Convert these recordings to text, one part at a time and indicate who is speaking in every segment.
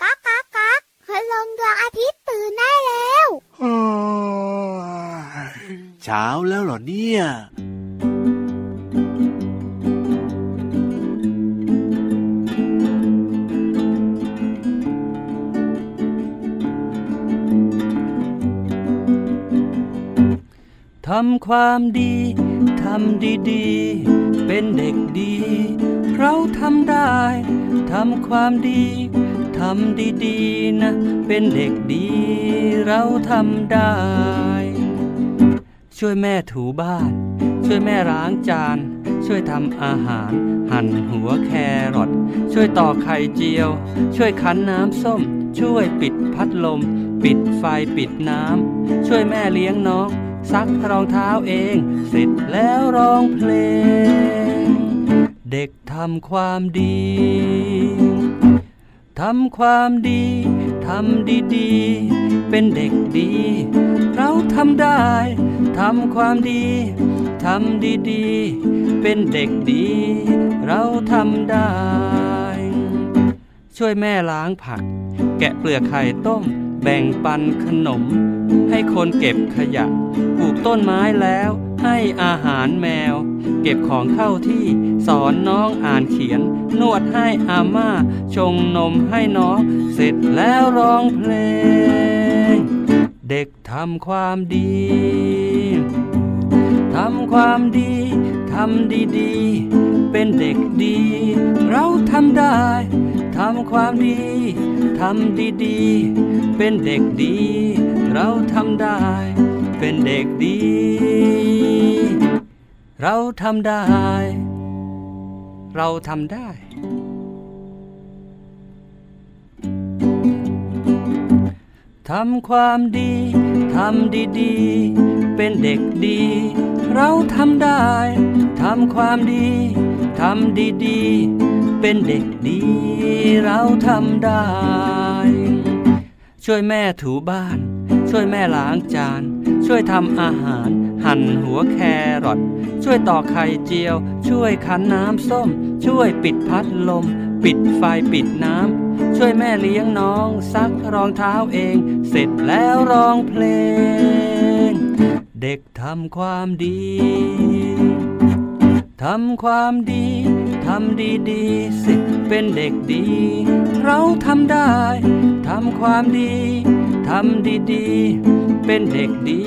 Speaker 1: ก๊ากก๊ากก๊ากพลงดวงอาทิตย์ตื่นได้แล้ว
Speaker 2: เช้าแล้วเหรอเนี่ย
Speaker 3: ทำความดี ทำดีๆ เป็นเด็กดี เราทำได้ ทำความดี ทำดีๆ นะ เป็นเด็กดี เราทำได้ ช่วยแม่ถูบ้าน ช่วยแม่ล้างจาน ช่วยทำอาหาร หั่นหัวแครอท ช่วยต่อกไข่เจียว ช่วยคั้นน้ำส้ม ช่วยปิดพัดลม ปิดไฟปิดน้ำ ช่วยแม่เลี้ยงน้อง ซักรองเท้าเอง เสร็จแล้วร้องเพลง เด็กทำความดี ทำความดี ทำดีๆ เป็นเด็กดี เราทำได้ ทำความดี ทำดีๆ เป็นเด็กดี เราทำได้ ช่วยแม่ล้างผัก แกะเปลือกไข่ต้ม แบ่งปันขนม ให้คนเก็บขยะ ปลูกต้นไม้แล้ว ให้อาหารแมว เก็บของเข้าที่ สอนน้องอ่านเขียน นวดให้อาม่า ชงนมให้น้อง เสร็จแล้วร้องเพลง เด็กทำความดี ทำความดี ทำดีๆ เป็นเด็กดี เราทำได้ ทำความดี ทำดีๆ เป็นเด็กดี เราทำได้ เป็นเด็กดี เราทำได้ เราทำได้ ทำความดี ทำดีๆ เป็นเด็กดี เราทำได้ ทำความดี ทำดีๆ เป็นเด็กดี เราทำได้ ช่วยแม่ถูบ้าน ช่วยแม่ล้างจาน ช่วยทำอาหาร หั่นหัวแครอท ช่วยต่อกไข่เจียว ช่วยคั้นน้ำส้ม ช่วยปิดพัดลม ปิดไฟปิดน้ำ ช่วยแม่เลี้ยงน้อง ซักรองเท้าเอง เสร็จแล้วร้องเพลง เด็กทำความดี ทำความดี ทำดีๆ สิ เป็นเด็กดี เราทำได้ ทำความดี ทำดีๆ เป็นเด็กดี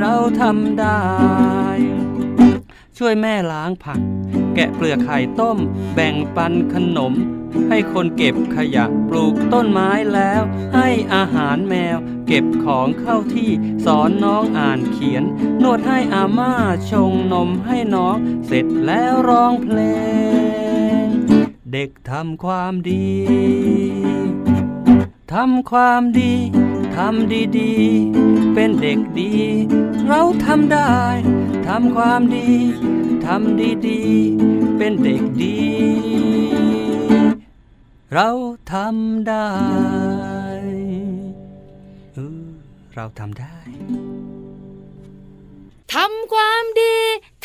Speaker 3: เราทำได้ ช่วยแม่ล้างผัก แกะเปลือกไข่ต้ม แบ่งปันขนม ให้คนเก็บขยะปลูกต้นไม้แล้ว ให้อาหารแมว เก็บของเข้าที่สอนน้องอ่านเขียน นวดให้อาม่าชงนมให้น้อง เสร็จแล้วร้องเพลง เด็กทำความดี ทำความดี ทำดีๆ เป็นเด็กดี เราทำได้ ทำความดี ทำดีๆ เป็นเด็กดี เราทำได้เออเราทำได้
Speaker 4: ทำความดี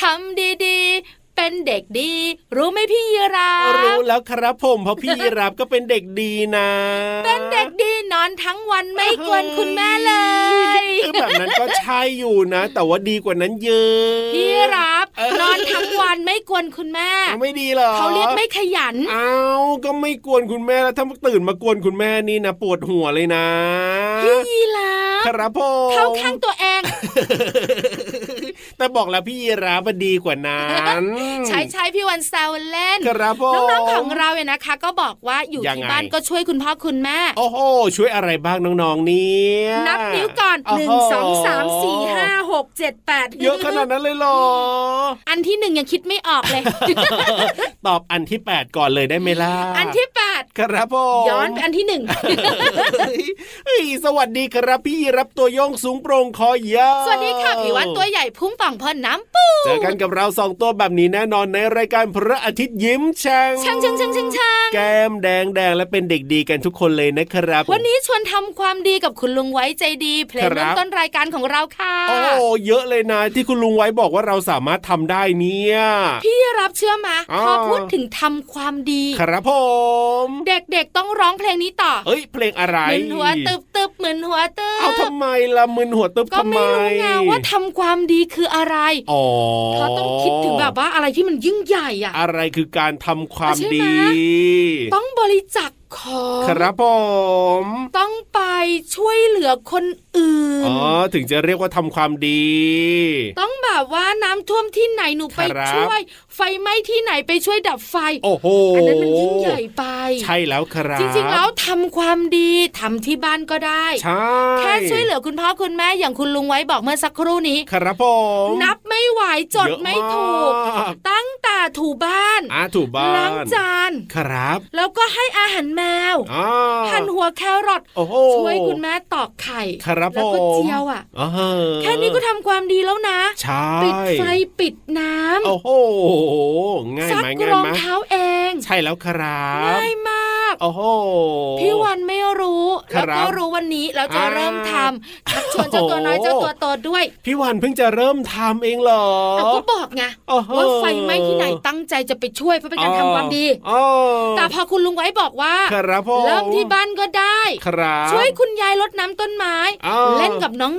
Speaker 4: ทำดีๆ เป็นเด็กดี รู้ไหมพี่ยีราฟ
Speaker 5: รู้แล้วครับผมเพราะพี่ยีรับก็เป็นเด็กดีนะ
Speaker 4: เป็นเด็กดีนอนทั้งวันไม่กวนคุณแม่เลย
Speaker 5: คือแบบนั้นก็ใช่อยู่นะ แต่ว่าดีกว่านั้นเยอะ
Speaker 4: พี่ยีรับ
Speaker 5: เออ
Speaker 4: นอนทั้งวันไม่กวนคุณแม่
Speaker 5: ไม่ดีเหรอ
Speaker 4: เขาเรียกไม่ขยัน
Speaker 5: อ้าวก็ไม่กวนคุณแม่แล้วถ้าตื่นมากวนคุณแม่นี่นะปวดหัวเลยนะ
Speaker 4: พี่ยีราฟ
Speaker 5: ครับผม
Speaker 4: เข้าข้างตัวเอง
Speaker 5: แต่บอกแล้วพี่ยีราฟมันดีกว่านั้น
Speaker 4: ใช่ใช่พี่วันแซวเล่น
Speaker 5: ครับผม
Speaker 4: น้องๆของเราเนี่ยนะคะ ก็บอกว่าอยู่
Speaker 5: ยัง
Speaker 4: ที่
Speaker 5: ไง
Speaker 4: บ้านก็ช่วยคุณพ่อคุณแม่
Speaker 5: โอ้โหช่วยอะไรบ้างน้องๆเนี่ย
Speaker 4: นับนิ้วก่อน
Speaker 5: โโ
Speaker 4: หนึ่งสองสามสี่ห้าหกเจ็ดแปด
Speaker 5: เยอะขนาดนั้นเลยเหรอ
Speaker 4: อันที่หนึ่งยังคิดไม่ออกเลย
Speaker 5: ตอบอันที่ 8 ก่อนเลยได้ไหมล่ะ
Speaker 4: อันที่แปด
Speaker 5: ครับผม
Speaker 4: ย้อนไปอันที่หนึ่ง
Speaker 5: เฮ้ยสวัสดีครับพี่รับตัวโยงสูงโปร่งคอยาว
Speaker 4: สวัสดีค่ะผิววันตัวใหญ่พุ่งป่องพอน้ำปู
Speaker 5: เจอกันกับเราสองตัวแบบนี้แน่นอนในรายการพระอาทิตย์ยิ้มช่าง
Speaker 4: ช่างช่างช่างช่างช่าง
Speaker 5: แก้มแดงแดงและเป็นเด็กดีกันทุกคนเลยนะครับ
Speaker 4: วันนี้ชวนทำความดีกับคุณลุงไว้ใจดี เพลงเริ่มต้นรายการของเราค่ะ
Speaker 5: โอ้เยอะเลยนะที่คุณลุงไว้บอกว่าเราสามารถทำได้เนี่ย
Speaker 4: พี่รับเชื่อมา
Speaker 5: อ๋อ
Speaker 4: พอพูดถึงทำความดี
Speaker 5: ครับผม
Speaker 4: เด็กๆต้องร้องเพลงนี้ต่อ
Speaker 5: เอ้ย เพลงอะไร
Speaker 4: มึนหัวตึบตึบมึนหัวตึบ
Speaker 5: เอาทำไมล่ะมึนหัวตึ๊บ
Speaker 4: ก็
Speaker 5: ทำไม
Speaker 4: ไม่รู้ไงว่าทำความดีคืออะไร
Speaker 5: อ๋อ
Speaker 4: เขาต้องคิดถึงแบบว่าอะไรที่มันยิ่งใหญ่อะ
Speaker 5: อะไรคือการทำความ
Speaker 4: ใช่ไหม
Speaker 5: ดี
Speaker 4: ต้องบริจาคของ
Speaker 5: ครับผม
Speaker 4: ต้องไปช่วยเหลือคนอื่น
Speaker 5: อ๋อ ถึงจะเรียกว่าทำความดี
Speaker 4: ต้องแบบว่าน้ำท่วมที่ไหนหนูไป
Speaker 5: ครับ
Speaker 4: ช่วย ไฟไหม้ที่ไหนไปช่วยดับไฟ
Speaker 5: โอ้โห
Speaker 4: อั
Speaker 5: น
Speaker 4: นั้นมันยิ่งใหญ่ไป
Speaker 5: ใช่แล้วครับ
Speaker 4: จริงๆแล้วทำความดีทำที่บ้านก็ได้
Speaker 5: ใช่
Speaker 4: แค่ช่วยเหลือคุณพ่อคุณแม่อย่างคุณลุงไว้บอกเมื่อสักครู่นี้
Speaker 5: ครับผม
Speaker 4: นับไม่ไหวจด
Speaker 5: เยอะ
Speaker 4: ไม่ถูก
Speaker 5: าก
Speaker 4: ตั้งแต่ถูบ้าน
Speaker 5: อ่ะถูกบ้าน
Speaker 4: ล้างจาน
Speaker 5: ครับ
Speaker 4: แล้วก็ให้อาหารแมว
Speaker 5: อ่า
Speaker 4: หั่นหัวแครอท
Speaker 5: โอ้โห
Speaker 4: ช่วยคุณแม่ตอกไข่
Speaker 5: ครับ
Speaker 4: แล้วก็
Speaker 5: ผม
Speaker 4: เจียวอ่ะ
Speaker 5: อ่าฮะ
Speaker 4: แค่นี้ก็ทำความดีแล้วนะ
Speaker 5: ใช่
Speaker 4: ปิดไฟปิดน้
Speaker 5: โอ้โหง่า
Speaker 4: ำ
Speaker 5: ย
Speaker 4: ซั
Speaker 5: ไหม
Speaker 4: ก
Speaker 5: ง่าย
Speaker 4: รอง
Speaker 5: ไหม
Speaker 4: เท้าเอง
Speaker 5: ใช่แล้วครับ
Speaker 4: ง่ายมาก
Speaker 5: โอ้โห
Speaker 4: พี่วันไม่รู้
Speaker 5: ครั
Speaker 4: แล้ว
Speaker 5: บ
Speaker 4: ก็รู้วันนี้แล้วจะ
Speaker 5: อ่า
Speaker 4: เริ่มทำชักชวนเจ้าตัวน้อย
Speaker 5: โอ้โห
Speaker 4: เจ้าตัวโตด้วย
Speaker 5: พี่วันเพิ่งจะเริ่มทำเองเหรอ
Speaker 4: เราก็บอกไง
Speaker 5: โอ้โห
Speaker 4: ว่าไฟไหม้ที่ไหนตั้งใจจะไปช่วยเพื่อเป็นการทำความดี
Speaker 5: อ๋อ
Speaker 4: แต่พอคุณลุงไว้บอกว่า
Speaker 5: ครับผม
Speaker 4: เริ่มที่บ้านก็ได้
Speaker 5: ครับ
Speaker 4: ช่วยคุณยายรดน้ำต้นไม้
Speaker 5: อ้าว
Speaker 4: เล่นกับน้อง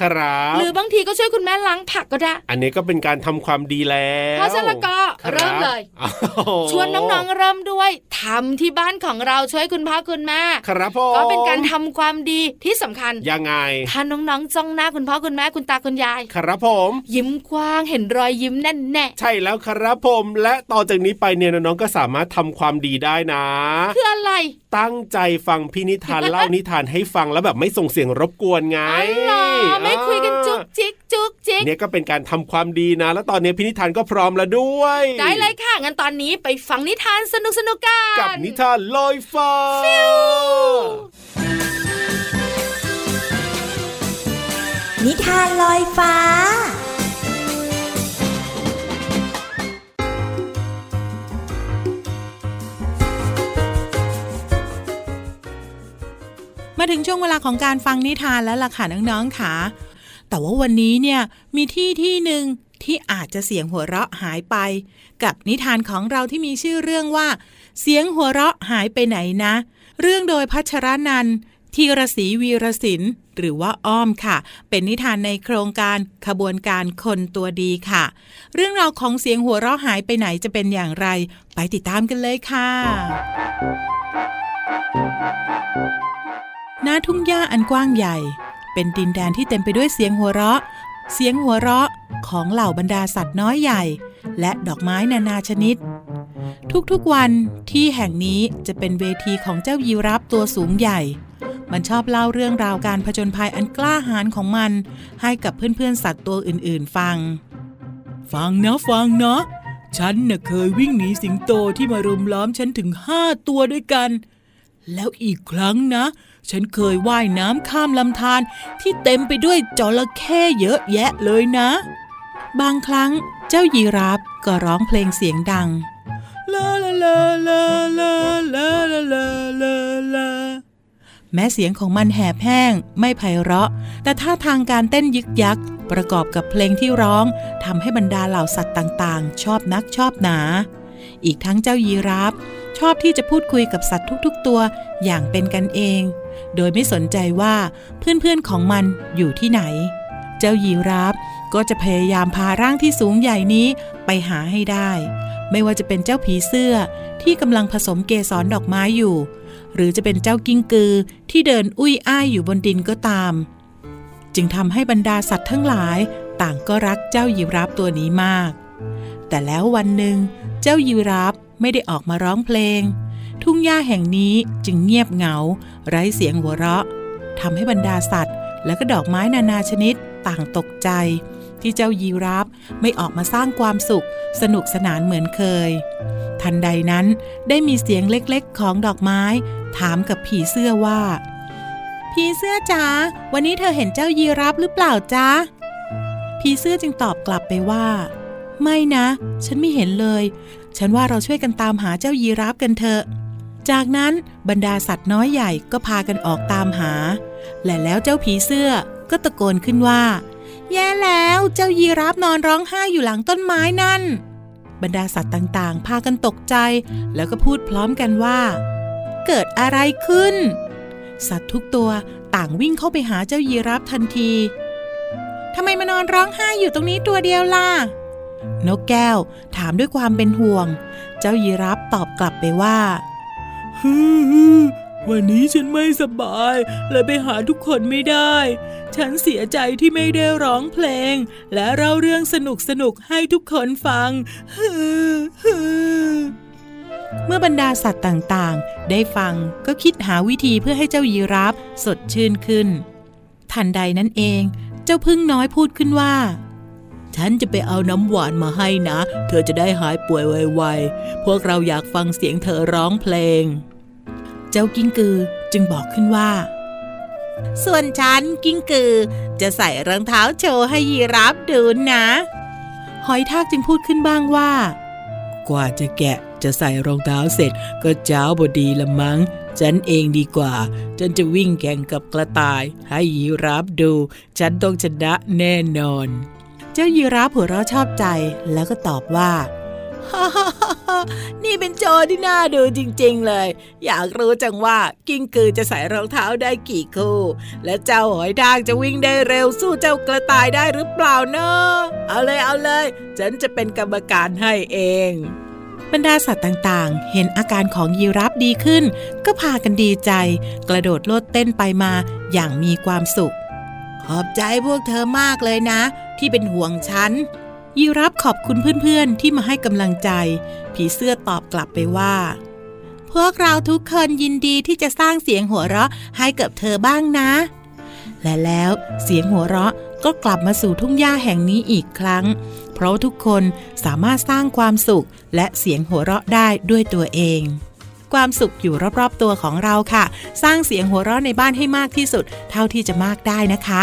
Speaker 5: ครับ
Speaker 4: ๆ หรือบางทีก็ช่วยคุณแม่ล้างผักก็ได้
Speaker 5: อันนี้ก็เป็นการทำความดีแล้ว
Speaker 4: เพราะฉะนั้นก็
Speaker 5: ครับ
Speaker 4: เริ่มเลย
Speaker 5: อ้าว
Speaker 4: ชวนน้องๆเริ่มด้วยทำที่บ้านของเราช่วยคุณพ่อคุณแม่
Speaker 5: ครับผม
Speaker 4: ก็เป็นการทำความดีที่สำคัญ
Speaker 5: ยังไง
Speaker 4: ถ้าน้องๆจ้องหน้าคุณพ่อคุณแม่คุณตาคุณยาย
Speaker 5: ครับผม
Speaker 4: ยิ้มกว้างเห็นรอยยิ้มแน่นแน่
Speaker 5: ใช่แล้วครับผม และต่อจากนี้ไปเนี่ยน้องๆก็สามารถทำความดีได้นะ
Speaker 4: คืออะไร
Speaker 5: ตั้งใจฟังพี่นิทาน เล่านิทานให้ฟังแล้วแบบไม่ส่งเสียงรบกวนไง
Speaker 4: อ๋อเหรอไม่คุยกันจุกจิกจุกจิก
Speaker 5: เนี่ยก็เป็นการทำความดีนะ แล้วตอนนี้พี่นิทานก็พร้อมแล้วด้วย
Speaker 4: ได้เลยค่ะงั้นตอนนี้ไปฟังนิทานสนุกสนุกๆกัน
Speaker 5: กับนิทานลอยฟ้า
Speaker 6: นิทานลอยฟ้า
Speaker 7: มาถึงช่วงเวลาของการฟังนิทานแล้วล่ะค่ะน้องๆค่ะ แต่ว่าวันนี้เนี่ยมีที่ที่หนึ่งที่อาจจะเสียงหัวเราะหายไป กับนิทานของเราที่มีชื่อเรื่องว่า เสียงหัวเราะหายไปไหนนะ เรื่องโดยพัชรนันท์ธีรศรีวีรศิลป์หรือว่าอ้อมค่ะ เป็นนิทานในโครงการขบวนการคนตัวดีค่ะ เรื่องราวของเสียงหัวเราะหายไปไหนจะเป็นอย่างไร ไปติดตามกันเลยค่ะ ณทุ่งหญ้าอันกว้างใหญ่ เป็นดินแดนที่เต็มไปด้วยเสียงหัวเราะ เสียงหัวเราะของเหล่าบรรดาสัตว์น้อยใหญ่ และดอกไม้นานาชนิด ทุกๆวันที่แห่งนี้จะเป็นเวทีของเจ้ายีรับตัวสูงใหญ่ มันชอบเล่าเรื่องราวการผจญภัยอันกล้าหาญของมัน ให้กับเพื่อนๆสัตว์ตัวอื่นๆฟัง ฟังนะฟังนะ ฉันน่ะเคยวิ่งหนีสิงโตที่มารุมล้อมฉันถึงห้าตัวด้วยกัน แล้วอีกครั้งนะ ฉันเคยว่ายน้ำข้ามลำธารที่เต็มไปด้วยจระเข้เยอะแยะเลยนะ บางครั้งเจ้ายีราฟก็ร้องเพลงเสียงดังลาลาลาลาลาลาลาลาลาลาแม้เสียงของมันแหบแห้งไม่ไพเราะ แต่ท่าทางการเต้นยึกยัก ประกอบกับเพลงที่ร้องทำให้บรรดาเหล่าสัตว์ต่างๆ ชอบนักชอบหนา อีกทั้งเจ้ายีราฟ ชอบที่จะพูดคุยกับสัตว์ทุกๆตัวอย่างเป็นกันเอง โดยไม่สนใจว่าเพื่อนๆของมันอยู่ที่ไหน เจ้ายีราฟก็จะพยายามพาร่างที่สูงใหญ่นี้ไปหาให้ได้ ไม่ว่าจะเป็นเจ้าผีเสื้อที่กำลังผสมเกสรดอกไม้อยู่ หรือจะเป็นเจ้ากิ้งกือที่เดินอุ้ยอ้ายอยู่บนดินก็ตาม จึงทำให้บรรดาสัตว์ทั้งหลาย ต่างก็รักเจ้ายีราฟตัวนี้มาก แต่แล้ววันหนึ่ง เจ้ายีราฟไม่ได้ออกมาร้องเพลง ทุ่งหญ้าแห่งนี้จึงเงียบเหงา ไร้เสียงหัวเราะทำให้บรรดาสัตว์ และก็ดอกไม้นานาชนิดต่างตกใจ ที่เจ้ายีราฟไม่ออกมาสร้างความสุข สนุกสนานเหมือนเคย ทันใดนั้นได้มีเสียงเล็กๆ ของดอกไม้ ถามกับผีเสื้อว่า ผีเสื้อจ๋าวันนี้เธอเห็นเจ้ายีราฟหรือเปล่าจ๊ะผีเสื้อจึงตอบกลับไปว่า ไม่นะ ฉันไม่เห็นเลย ฉันว่าเราช่วยกันตามหาเจ้ายีราฟกันเถอะ จากนั้นบรรดาสัตว์น้อยใหญ่ก็พากันออกตามหา และแล้วเจ้าผีเสื้อก็ตะโกนขึ้นว่า แย่แล้วเจ้ายีราฟนอนร้องไห้อยู่หลังต้นไม้นั่น บรรดาสัตว์ต่างๆ พากันตกใจ แล้วก็พูดพร้อมกันว่า เกิดอะไรขึ้น สัตว์ทุกตัวต่างวิ่งเข้าไปหาเจ้ายีราฟทันทีทำไมมานอนร้องไห้อยู่ตรงนี้ตัวเดียวล่ะ นกแก้วถามด้วยความเป็นห่วง เจ้ายีราฟตอบกลับไปว่า
Speaker 8: ฮึมๆวันนี้ฉันไม่สบาย และไปหาทุกคนไม่ได้ ฉันเสียใจที่ไม่ได้ร้องเพลง และเล่าเรื่องสนุกสนุกๆให้ทุกคนฟังฮึมๆ
Speaker 7: เมื่อบรรดาสัตว์ต่างๆ ได้ฟังก็คิดหาวิธีเพื่อให้เจ้ายีราฟสดชื่นขึ้น ทันใดนั้นเอง เจ้าพึ่งน้อยพูดขึ้นว่า
Speaker 8: ฉันจะไปเอาน้ำหวานมาให้นะ เธอจะได้หายป่วยไวๆ พวกเราอยากฟังเสียงเธอร้องเพลง
Speaker 7: เจ้ากิ้งกือจึงบอกขึ้นว่า ส่วนฉันกิ้งกือ จะใส่รองเท้าโชว์ให้ยีราฟดูนะ หอยทากจึงพูดขึ้นบ้างว่า
Speaker 8: กว่าจะแกะจะใส่รองเท้าเสร็จ ก็เจ้าบดีละมัง้ง ฉันเองดีกว่า ฉันจะวิ่งแข่งกับกระต่าย ให้ยีราฟดู ฉันต้องชนะแน่นอน
Speaker 7: เจ้ายีราฟหัวเราะชอบใจแล้วก็ตอบว่า
Speaker 8: ฮ่าๆๆ นี่เป็นโจรที่น่าดูจริงๆเลย อยากรู้จังว่ากิ้งกือจะใส่รองเท้าได้กี่คู่ และเจ้าหอยทากจะวิ่งได้เร็วสู้เจ้ากระต่ายได้หรือเปล่าเนอะเอาเลยเอาเลย ฉันจะเป็นกรรมการให้เอง
Speaker 7: บรรดาสัตว์ต่างๆ เห็นอาการของยีราฟดีขึ้น ก็พากันดีใจ กระโดดโลดเต้นไปมาอย่างมีความสุข ขอบใจพวกเธอมากเลยนะ ที่เป็นห่วงฉัน ยีราฟขอบคุณเพื่อนๆ ที่มาให้กำลังใจ ผีเสื้อตอบกลับไปว่า พวกเราทุกคนยินดีที่จะสร้างเสียงหัวเราะให้กับเธอบ้างนะ และแล้วเสียงหัวเราะก็กลับมาสู่ทุ่งหญ้าแห่งนี้อีกครั้ง เพราะทุกคนสามารถสร้างความสุขและเสียงหัวเราะได้ด้วยตัวเอง ความสุขอยู่รอบๆตัวของเราค่ะ สร้างเสียงหัวเราะในบ้านให้มากที่สุด เท่าที่จะมากได้นะคะ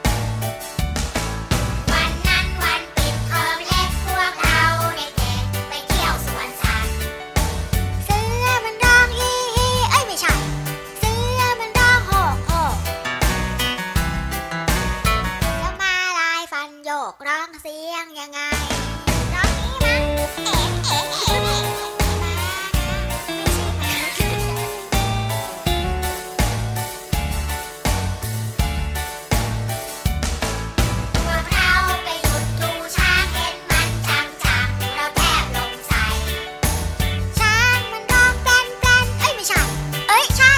Speaker 1: วันนั้นวันปิดเทอมเล็กพวกเราเด็กๆไปเที่ยวสวนสัตว์ เสือมันร้องอีอีเอ้ยไม่ใช่ เสือมันร้องโหกโหกแล้วมาลายฟันโยกร้องเสียงยังไง ร้องอีมาเอ๋เอ๋เอ๋เอ๋ไม่ใช่หมาพวกเราไปหยุดดูช้างเห็นมันจังๆเราแทบหลงใส ช้างมันร้องแปลนแปลนเอ้ยไม่ใช่ เอ้ยใช่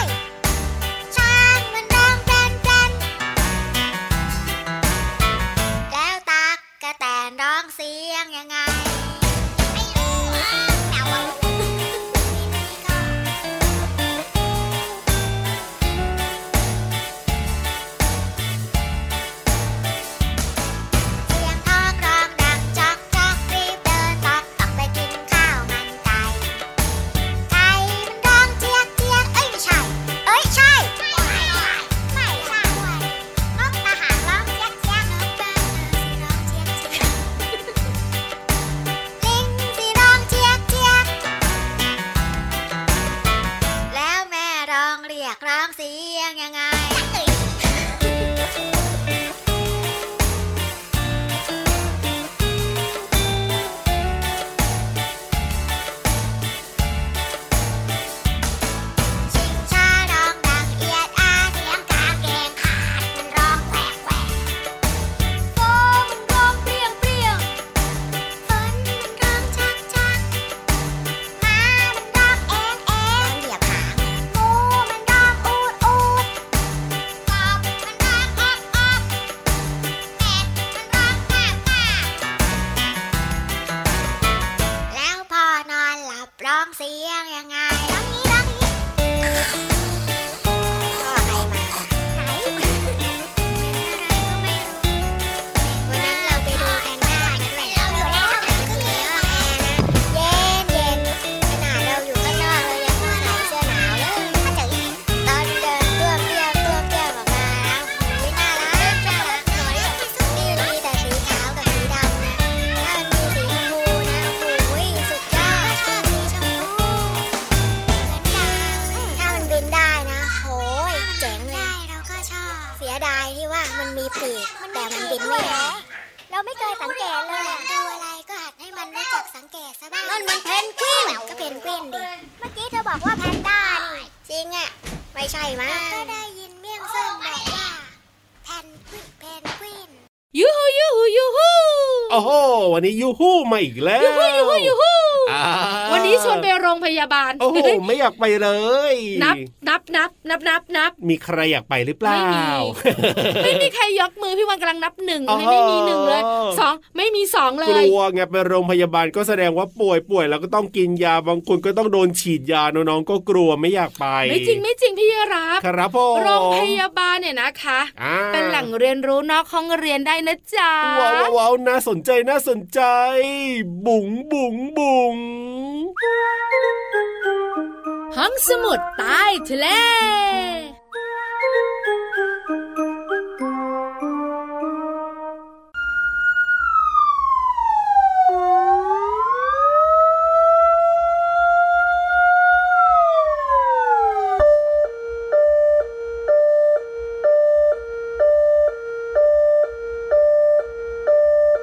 Speaker 1: ช้างมันร้องแปลนแปลนแล้วตักกระแตนร้องเสียงยังไง ไม่รู้แต่ว่านี่ก็ เสียงท้องร้องดังจอกจอกรีบเดินตอกตอกไปกินข้าวมันไก่ไก่มันร้องเจี๊ยกเจี๊ยกเอ้ยไม่ใช่ เอ้ยใช่ไม่ใช่ไม่ใช่นกทหารร้องเจี๊ยกเจี๊ยกนกเบิ้งร้องเจี๊ยกเจี๊ยกลิงสิร้องเจี๊ยกเจี๊ยกแล้วแม่ร้องเรียกร้องเสียงยังไง ชิงช้าร้องดังเอียดอาเสียงกางเกงขาดมันร้องแกว่งแกว่งโฟมันร้องเปรี้ยงเปรี้ยงฝนมันร้องชักชักม้ามันร้องเอ็นเอ็นเหยียบหางงูมันร้องอูดอูดกบมันร้องแอ๊กแอ๊กเป็ดมันร้องก้าก้าแล้วพอนอนหลับร้องเสียงยังไงร้องนี้ร้องนี้ พ่อใครมาไหนเห็นอะไรก็ไม่รู้วันนั้นเราไปดูกันหน้ากันแหละเราอยู่ในห้องก็เขียวแอร์นะเย็นเย็นขนาดเราอยู่ข้างนอกเรายังไม่ใส่เสื้อหนาวเลยถ้าจะอีกตอนเดินตัวเปียกตัวเปียกออกมาแล้วหูยน่ารักน่ารักหน่อยที่สุดนี่มีแต่สีขาวกับสีดำนะถ้ามีสีชมพูนะหูยสุดยอดชอบสีชม แก่ซะบ้างนั่นมันเพนกวินก็เพนกวินดิเมื่อกี้เธอบอกว่าแพนด้านี่จริงอ่ะไม่ใช่มั้งก็ได้ยินเมี่ยงเซิ่งบอกว่าแพนกวินแพนกวิน
Speaker 4: ยูฮูยูฮูยูฮู
Speaker 5: โอ้โหวันนี้ยูฮูมาอีกแล้ว
Speaker 4: ยูฮูยูฮูยูฮู
Speaker 5: อ่า
Speaker 4: วันนี้ชวนไปโรงพยาบาล
Speaker 5: โอ้โหไม่อยากไปเลย
Speaker 4: นับนับนับนับนับนับ
Speaker 5: มีใครอยากไปหรือเปล่า
Speaker 4: ไม่มี ไม่มีใครยกมือพี่วันกำลังนับหนึ่ง
Speaker 5: อ๋อ
Speaker 4: ไม่ไม่มีหนึ่งเลยสองไม่มีสองเล
Speaker 5: ก
Speaker 4: ย
Speaker 5: ลัวไงไปโรงพยาบาลก็แสดงว่าป่วยป่วยแล้วก็ต้องกินยาบางคนก็ต้องโดนฉีดยาน้องๆก็กลัวไม่อยากไป
Speaker 4: ไม่จริงไม่จริงพี่รับ
Speaker 5: ครับผม
Speaker 4: โรงพยาบาลเนี่ยนะคะ
Speaker 5: อ่า
Speaker 4: เป็นแหล่งเรียนรู้นอกห้องเรียนได้นะจ๊ะ
Speaker 5: ว้าวว้าวน่าสนใจน่าสนใจ บุ๋งบุ๋งบุ๋ง
Speaker 4: ห้องสมุดใต้ทะเล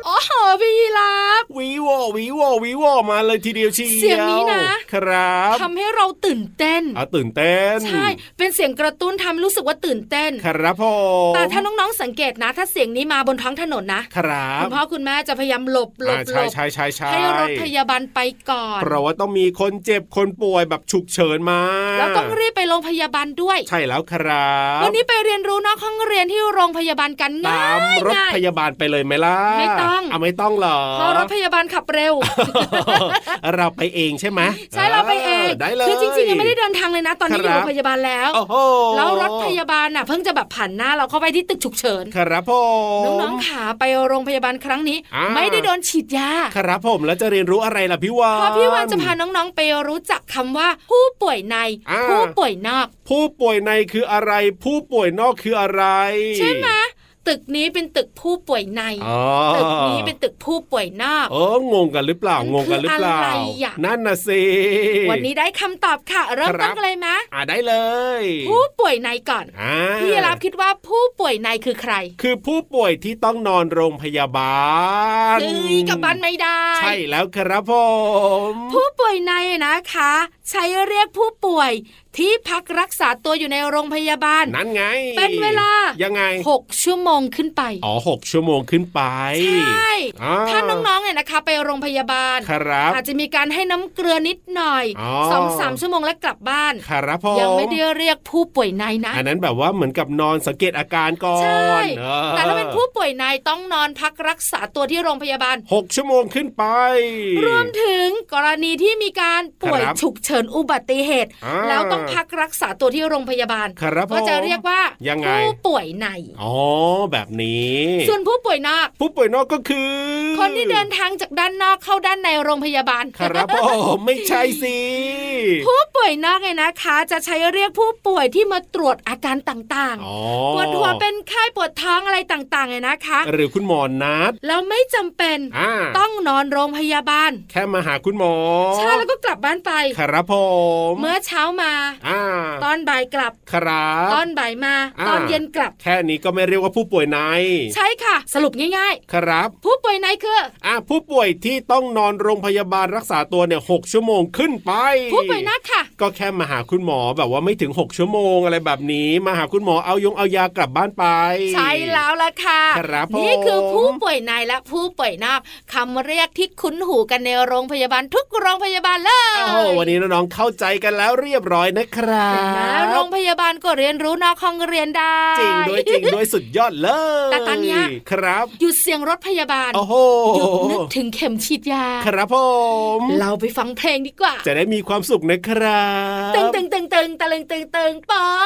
Speaker 4: โอ้โหพี่ยีรับ
Speaker 5: วิวอวิวอวิวอมาเลยทีเดียวเชียว
Speaker 4: เสียงนี้นะ
Speaker 5: ครับ
Speaker 4: ทำให้เราตื่นเต้น
Speaker 5: อ่ะตื่นเต้น
Speaker 4: ใช่ เป็นเสียงกระตุ้นทำให้รู้สึกว่าตื่นเต้น
Speaker 5: ครับผม
Speaker 4: แต่ถ้าน้องๆสังเกตนะ ถ้าเสียงนี้มาบนท้องถนนนะ
Speaker 5: ครั
Speaker 4: คุ
Speaker 5: บ
Speaker 4: ณพ่อคุณแม่จะพยายามหลบหล
Speaker 5: อ่า
Speaker 4: บหล
Speaker 5: ใช่
Speaker 4: บ
Speaker 5: ใช่ใช่ใช่
Speaker 4: ให้รถพยาบาลไปก่อน
Speaker 5: เพราะว่าต้องมีคนเจ็บคนป่วยแบบฉุกเฉินมา
Speaker 4: แล้วต้องรีบไปโรงพยาบาลด้วย
Speaker 5: ใช่แล้วครับ
Speaker 4: วันนี้ไปเรียนรู้นอกห้องเรียนที่โรงพยาบาลกัน
Speaker 5: ตา
Speaker 4: ง่าม ย
Speaker 5: รถ
Speaker 4: ง่าย
Speaker 5: พยาบาลไปเลยไหมล่ะ
Speaker 4: ไม่ต้อง
Speaker 5: อ่ะไม่ต้องหรอ
Speaker 4: เพราะรถพ ยาบาลขับเร็ว
Speaker 5: เราไปเองใช่ไหม
Speaker 4: ใช่เราไปเอง
Speaker 5: ได้เลย
Speaker 4: คือจริงๆยังไม่ได้เดินทางเลยนะ ตอนนี้อยู่
Speaker 5: ครับ
Speaker 4: โรงพยาบาลแล้ว
Speaker 5: โอ้โห
Speaker 4: แล้วรถพยาบาลน่ะ เพิ่งจะแบบผ่านหน้าเราเข้าไปที่ตึกฉุกเฉิน
Speaker 5: ครับผม
Speaker 4: น้องๆขาไปโรงพยาบาลครั้งนี้
Speaker 5: อ่า
Speaker 4: ไม่ได้โดนฉีดยา
Speaker 5: ครับผมแล้วจะเรียนรู้อะไรล่ะพี่วาน
Speaker 4: เพราะพี่วานจะพาน้องๆไปรู้จักคำว่า ผู้ป่วยใน
Speaker 5: อ่า
Speaker 4: ผู้ป่วยนอก
Speaker 5: ผู้ป่วยในคืออะไร ผู้ป่วยนอกคืออะไร
Speaker 4: ใช่ไหมตึกนี้เป็นตึกผู้ป่วยใน
Speaker 5: อ๋อ
Speaker 4: ตึกนี้เป็นตึกผู้ป่วยนอก
Speaker 5: เอองงกันหรือเปล่างงกันหรือเป
Speaker 4: มั
Speaker 5: ล่า
Speaker 4: นคืออะไรอ่ะ
Speaker 5: นั่นน่ะสิ
Speaker 4: วันนี้ได้คำตอบค่ะ เริ่ม
Speaker 5: ครั
Speaker 4: ต้
Speaker 5: บ
Speaker 4: นกันเลยไหม
Speaker 5: อ่าได้เลย
Speaker 4: ผู้ป่วยในก่อน
Speaker 5: อ่า
Speaker 4: พี่รับคิดว่าผู้ป่วยในคือใคร
Speaker 5: คือผู้ป่วยที่ต้องนอนโรงพยาบาล
Speaker 4: เอ้ยกลับบ้านไม่ได้
Speaker 5: ใช่แล้วครับผม
Speaker 4: ผู้ป่วยในนะคะ ใช้เรียกผู้ป่วยที่พักรักษาตัวอยู่ในโรงพยาบาล
Speaker 5: นั่นไง
Speaker 4: เป็นเวลา
Speaker 5: ยังไง
Speaker 4: หกชั่วโมงขึ้นไป
Speaker 5: อ๋อหกชั่วโมงขึ้นไป
Speaker 4: ใช่
Speaker 5: อ่
Speaker 4: ถ้าน้องๆเนี่ยนะคะ ไปโรงพยาบาล
Speaker 5: ครับ
Speaker 4: อาจจะมีการให้น้ำเกลือนิดหน่อย
Speaker 5: อ๋อ
Speaker 4: สองสามชั่วโมงแล้วกลับบ้าน
Speaker 5: ครับผม
Speaker 4: ยังไม่ได้เรียกผู้ป่วยในนะ
Speaker 5: อันนั้นแบบว่าเหมือนกับนอนสังเกตอาการก่อน
Speaker 4: ใช่
Speaker 5: เออ
Speaker 4: แต่ถ้าเป็นผู้ป่วยในต้องนอนพักรักษาตัวที่โรงพยาบาล
Speaker 5: หกชั่วโมงขึ้นไป
Speaker 4: รวมถึงกรณีที่มีการป่วย
Speaker 5: ครับ
Speaker 4: ฉุกเฉินอุบัติเหตุ
Speaker 5: อ่า
Speaker 4: แล้วต้องพักรักษาตัวที่โรงพยาบาล
Speaker 5: ครับผม
Speaker 4: ก็จะเรียกว่าย
Speaker 5: งไง
Speaker 4: ผู้ป่วยใน
Speaker 5: อ๋อแบบนี้
Speaker 4: ส่วนผู้ป่วยนอก
Speaker 5: ผู้ป่วยนอกก็คือ
Speaker 4: คนที่เดินทางจากด้านนอกเข้าด้านในโรงพยาบาล
Speaker 5: ครับผมไม่ใช่สิ
Speaker 4: ผู้ป่วยนอกเนี่ยนะคะ จะใช้เรียกผู้ป่วยที่มาตรวจอาการต่าง
Speaker 5: อ๋อ
Speaker 4: ๆปวดหัวเป็นไข้ปวดท้องอะไรต่างๆเนี่ยนะคะ
Speaker 5: หรือคุณหมอนัด
Speaker 4: แล้วไม่จำเป็น
Speaker 5: อ่า
Speaker 4: ต้องนอนโรงพยาบาล
Speaker 5: แค่มาหาคุณหมอ
Speaker 4: ใช่แล้วก็กลับบ้านไป
Speaker 5: ครับผม
Speaker 4: เมื่อเช้ามา
Speaker 5: อ่า
Speaker 4: ตอนบ่ายกลับ
Speaker 5: ครับ
Speaker 4: ตอนบ่ายมา
Speaker 5: อ่า
Speaker 4: ตอนเย็นกลับ
Speaker 5: แค่นี้ก็ไม่เรียกว่าผู้ป่วยใน
Speaker 4: ใช่ค่ะ สรุปง่าย
Speaker 5: ครับ
Speaker 4: ๆ ผู้ป่วยในคือ
Speaker 5: อ่ะผู้ป่วยที่ต้องนอนโรงพยาบาลรักษาตัวเนี่ยหกชั่วโมงขึ้นไป
Speaker 4: ผู้ป่วยนักค่ะ
Speaker 5: ก็แค่มาหาคุณหมอแบบว่าไม่ถึง 6 ชั่วโมงอะไรแบบนี้ มาหาคุณหมอเอายงเอายากลับบ้านไป
Speaker 4: ใช่แล้วล่ะค่ะ
Speaker 5: ครับผม
Speaker 4: นี่คือผู้ป่วยในและผู้ป่วยนอกคำเรียกที่คุ้นหูกันในโรงพยาบาลทุกโรงพยาบาลเลย
Speaker 5: โอ้โหวันนี้น้องๆเข้าใจกันแล้วเรียบร้อยนะครั
Speaker 4: เห็นไหม
Speaker 5: บ
Speaker 4: โรงพยาบาลก็เรียนรู้นอกห้องเรียนได้
Speaker 5: จริงด้วยจริงด้วยสุดยอดเลย
Speaker 4: แต่ตอนเนี้ย
Speaker 5: ครับ
Speaker 4: หยุดเสียงรถพยาบาล
Speaker 5: โอ้โห
Speaker 4: หยุดนึกถึงเข็มฉีดยา
Speaker 5: ครับผม
Speaker 4: เราไปฟังเพลงดีกว่า
Speaker 5: จะได้มีความสุขนะครับ
Speaker 4: ตึงตึงตึงตึงตะลึงตึงตึงเปาะ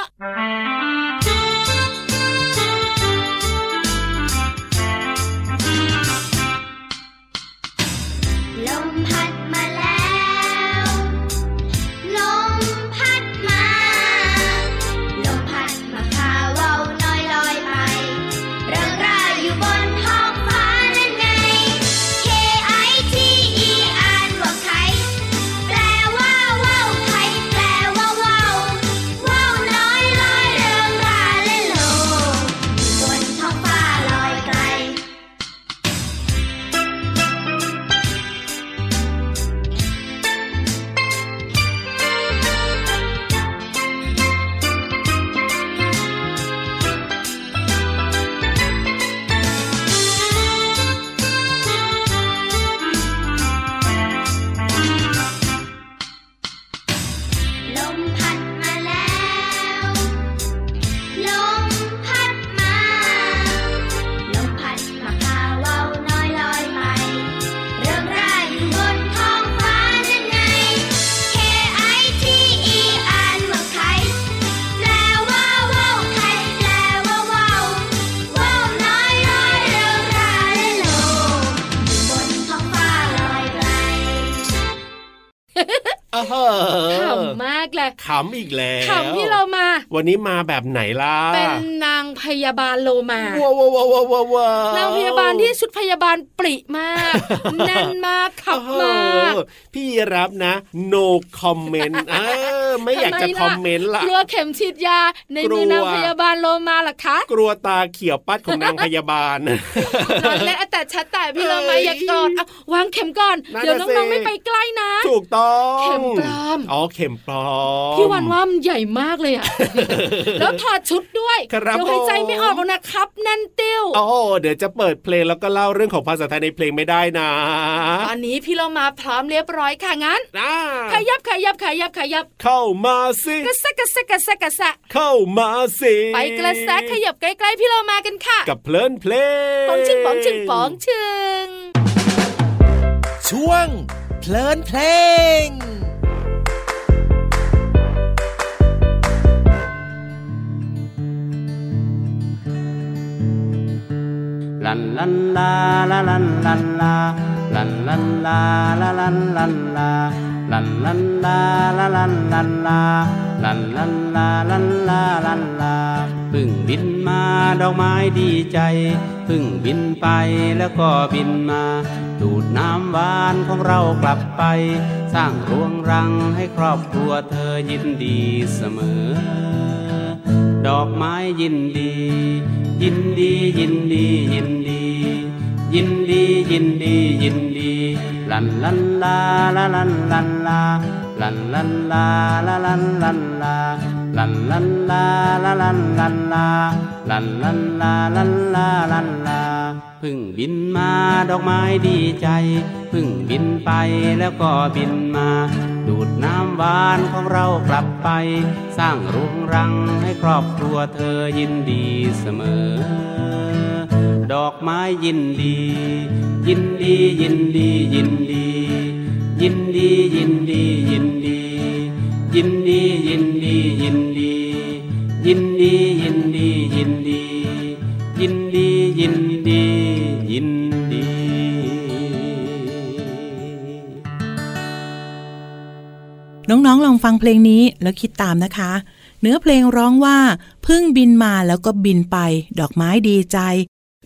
Speaker 1: ลมพัดมาแล้ว ลมพัดมา ลมพัดมาพาว่าวน้อยลอยไป เรื่องร่ายอยู่บนท้องฟ้านั่นไง K I T E อ่านว่าไขแปลว่าว่าวไขแปลว่าว่าวว่าวน้อยลอยเรื่องร่าย
Speaker 5: อ้าวเห
Speaker 4: ข
Speaker 5: อะ
Speaker 4: ำมากเลย
Speaker 5: ขำอีกแล้ว
Speaker 4: ขำที่เรามา
Speaker 5: วันนี้มาแบบไหนล่ะ
Speaker 4: เป็นนางพยาบาลโลมา
Speaker 5: ว้าวว้าวว้าวว้าวว้วน
Speaker 4: างพยาบาลที่ชุดพยาบาลปริมาก แน่นมากขับมาก
Speaker 5: เออพี่รับนะ no comment เออไม่อยากจะ
Speaker 4: ทำไมล่ะ
Speaker 5: คอมเมนต์ละ
Speaker 4: กลัวเข็มฉีดยาในมือก
Speaker 5: ลัว
Speaker 4: นางพยาบาลโลมาเหรอคะ
Speaker 5: กลัวตาเขียวปัดของนางพยา บาล
Speaker 4: นอนเล่นแต่ชัดแต่พี่โลมา
Speaker 5: เอ้ย
Speaker 4: อย่าโกรธเอาวางเข็มก่อน
Speaker 5: นั่นน่ะ
Speaker 4: เดี๋ยวน้อง
Speaker 5: สิ
Speaker 4: ๆไม่ไปใกล้นะ
Speaker 5: ถูกต้อง
Speaker 4: เข็มปลอม
Speaker 5: อ๋อเข็มปลอม
Speaker 4: พี่วันว่ามันใหญ่มากเลย อะแล้วถอดชุดด้วย
Speaker 5: ครับ
Speaker 4: เดี๋ยวหายใจ
Speaker 5: ผม
Speaker 4: ไม่ออกแล้วนะครับแน่นติ้ว
Speaker 5: โอ้เดี๋ยวจะเปิดเพลงแล้วก็เล่าเรื่องของภาษาไทยในเพลงไม่ได้นะ
Speaker 4: ตอนนี้พี่โลมาพร้อมเรียบร้อยค่ะงั้น
Speaker 5: นะ
Speaker 4: ขยับขยับขยับขยับ
Speaker 5: เข้ามาสิ
Speaker 4: กระแซะกระแซะกระแซะกระแซะ
Speaker 5: เข้ามาสิ
Speaker 4: ไปกระแซะขยับใกล้ๆพี่โลมากันค่ะ
Speaker 5: กับเพลินเพลง
Speaker 4: ป๋องชึงป๋องชึงป๋องชึง
Speaker 2: ช่วง เพลินเพลง
Speaker 3: ลันลันลาลาลันลันลาลันลันลาลาลันลันลาลันลันลาลาลันลันลาลันลันลาลันลาลันลาเพึ่งบินมาดอกไม้ดีใจเพึ่งบินไปแล้วก็บินมา ดูดน้ำหวานของเรากลับไป สร้างรวงรังให้ครอบครัวเธอยินดีเสมอ ดอกไม้ยินดี ยินดียินดียินดี ยินดียินดียินดีลันลันลาลาลันลันลาลันลันลาลาลันลันลาลันลันลาลาลันลันลาลันลันลาลันลาลันลาเพึ่งบินมาดอกไม้ดีใจเพึ่งบินไปแล้วก็บินมา ดูดน้ำหวานของเรากลับไป สร้างรุงรังให้ครอบครัวเธอยินดีเสมอ ดอกไม้ยินดี ยินดียินดียินดี ยินดียินดียินดี ยินดียินดียินดี ยินดียินดียินดี ยินดียินดียินดี
Speaker 7: น้องๆ ลองฟังเพลงนี้แล้วคิดตามนะคะ เนื้อเพลงร้องว่าพึ่งบินมาแล้วก็บินไป ดอกไม้ดีใจ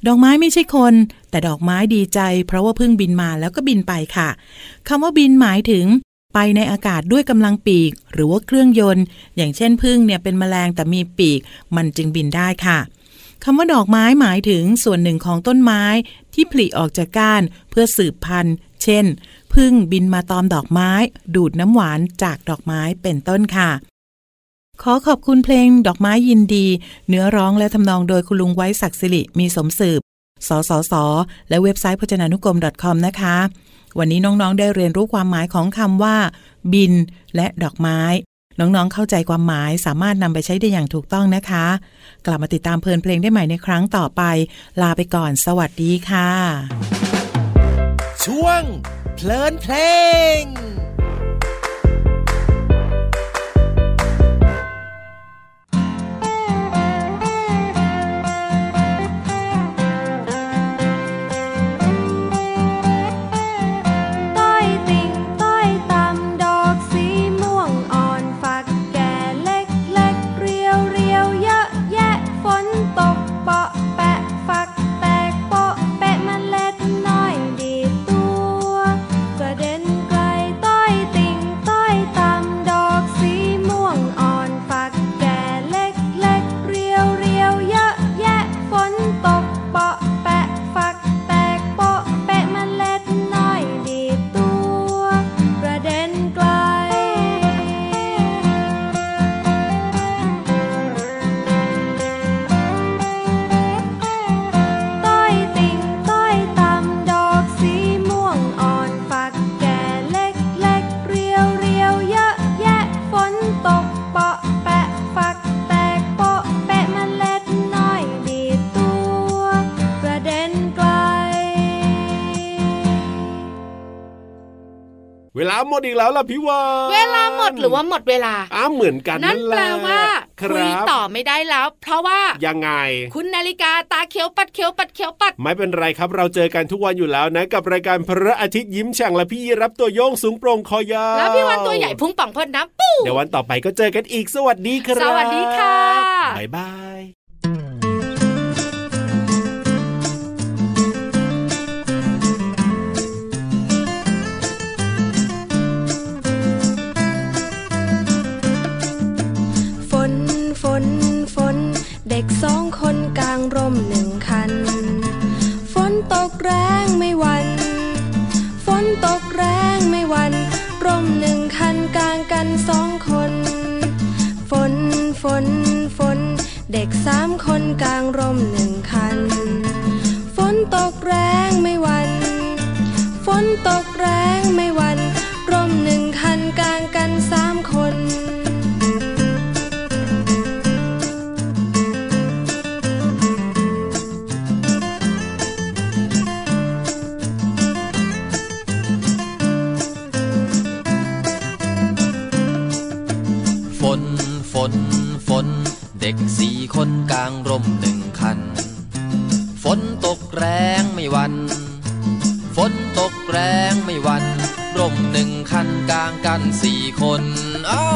Speaker 7: ดอกไม้ไม่ใช่คน แต่ดอกไม้ดีใจ เพราะว่าพึ่งบินมาแล้วก็บินไปค่ะคำว่าบินหมายถึง ไปในอากาศด้วยกำลังปีก หรือว่าเครื่องยนต์ อย่างเช่นพึ่งเนี่ยเป็นแมลงแต่มีปีก มันจึงบินได้ค่ะ คำว่าดอกไม้หมายถึงส่วนหนึ่งของต้นไม้ ที่ผลิออกจากก้านเพื่อสืบพันธุ์ เช่นพึ่งบินมาตอมดอกไม้ ดูดน้ำหวานจากดอกไม้เป็นต้นค่ะ ขอขอบคุณเพลงดอกไม้ยินดี เนื้อร้องและทำนองโดยคุณลุงไว้ศักดิ์สิริมีสมสืบ สสส และเว็บไซต์พจนานุกรม .com นะคะ วันนี้น้องๆ ได้เรียนรู้ความหมายของคำว่า บิน และดอกไม้ น้องๆ เข้าใจความหมายสามารถนำไปใช้ได้อย่างถูกต้องนะคะ กลับมาติดตามเพลินเพลงได้ใหม่ในครั้งต่อไป ลาไปก่อน สวัสดีค่ะ
Speaker 2: ช่วง เพลินเพลง
Speaker 1: ต้อยติ่งต้อยตำดอกสีม่วงอ่อนฝักแก่เล็กเล็กเรียวเรียวเยอะแยะฝนตกเปาะแปะฝักแตกโปะแปะเมันเล็ดน้อยดีดตัว กระเด็นไกลต้อย
Speaker 5: หมดอีกแล้วล่ะพี่วาน
Speaker 4: เวลาหมดหรือว่าหมดเวลา
Speaker 5: อ้าวเหมือนกัน
Speaker 4: นั่นแปล
Speaker 5: หะ
Speaker 4: ว่า
Speaker 5: ค
Speaker 4: คุย
Speaker 5: รับ
Speaker 4: ต่อไม่ได้แล้ว เพราะว่า
Speaker 5: ยังไง
Speaker 4: คุณนาฬิกาตาเขียวปัดเขียวปัดเขียวปัด
Speaker 5: ไม่เป็นไรครับเราเจอกันทุกวันอยู่แล้วนะ กับรายการพระอาทิตย์ยิ้มแฉ่งและพี่รับตัวโยงสูงโปร่งคอยาว
Speaker 4: แล้วพี่วันตัวใหญ่พุ่งป่องพ่นน้ำปู
Speaker 5: เดี๋ยววันต่อไปก็เจอกันอีกสวัสดีครับ
Speaker 4: สวัสดีค่ะ
Speaker 5: บ๊ายบาย
Speaker 9: ฝน ฝน ฝน เด็กสองคนกลางร่มหนึ่งคัน ฝนตกแรงไม่หวัน ฝนตกแรงไม่หวัน ร่มหนึ่งคันกลางกันสองคน ฝน ฝน ฝน เด็กสามคนกลางร่มหนึ่งคัน ฝนตกแรงไม่หวัน ฝนตกแรงไม่หวัน ร่มหนึ่งคันกลางกันสามคน
Speaker 3: ฝน ฝน ฝน เด็กสี่คนกลางร่มหนึ่งคัน ฝนตกแรงไม่หวัน ฝนตกแรงไม่หวัน ร่มหนึ่งคันกลางกันสี่คนเอ้า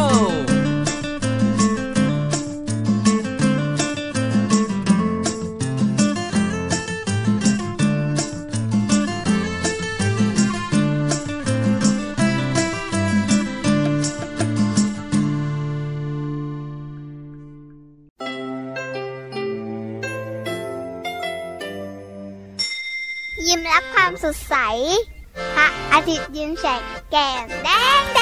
Speaker 1: ยิ้มรับความสดใส พระอาทิตย์ยิ้มแฉกแก้มแดงแด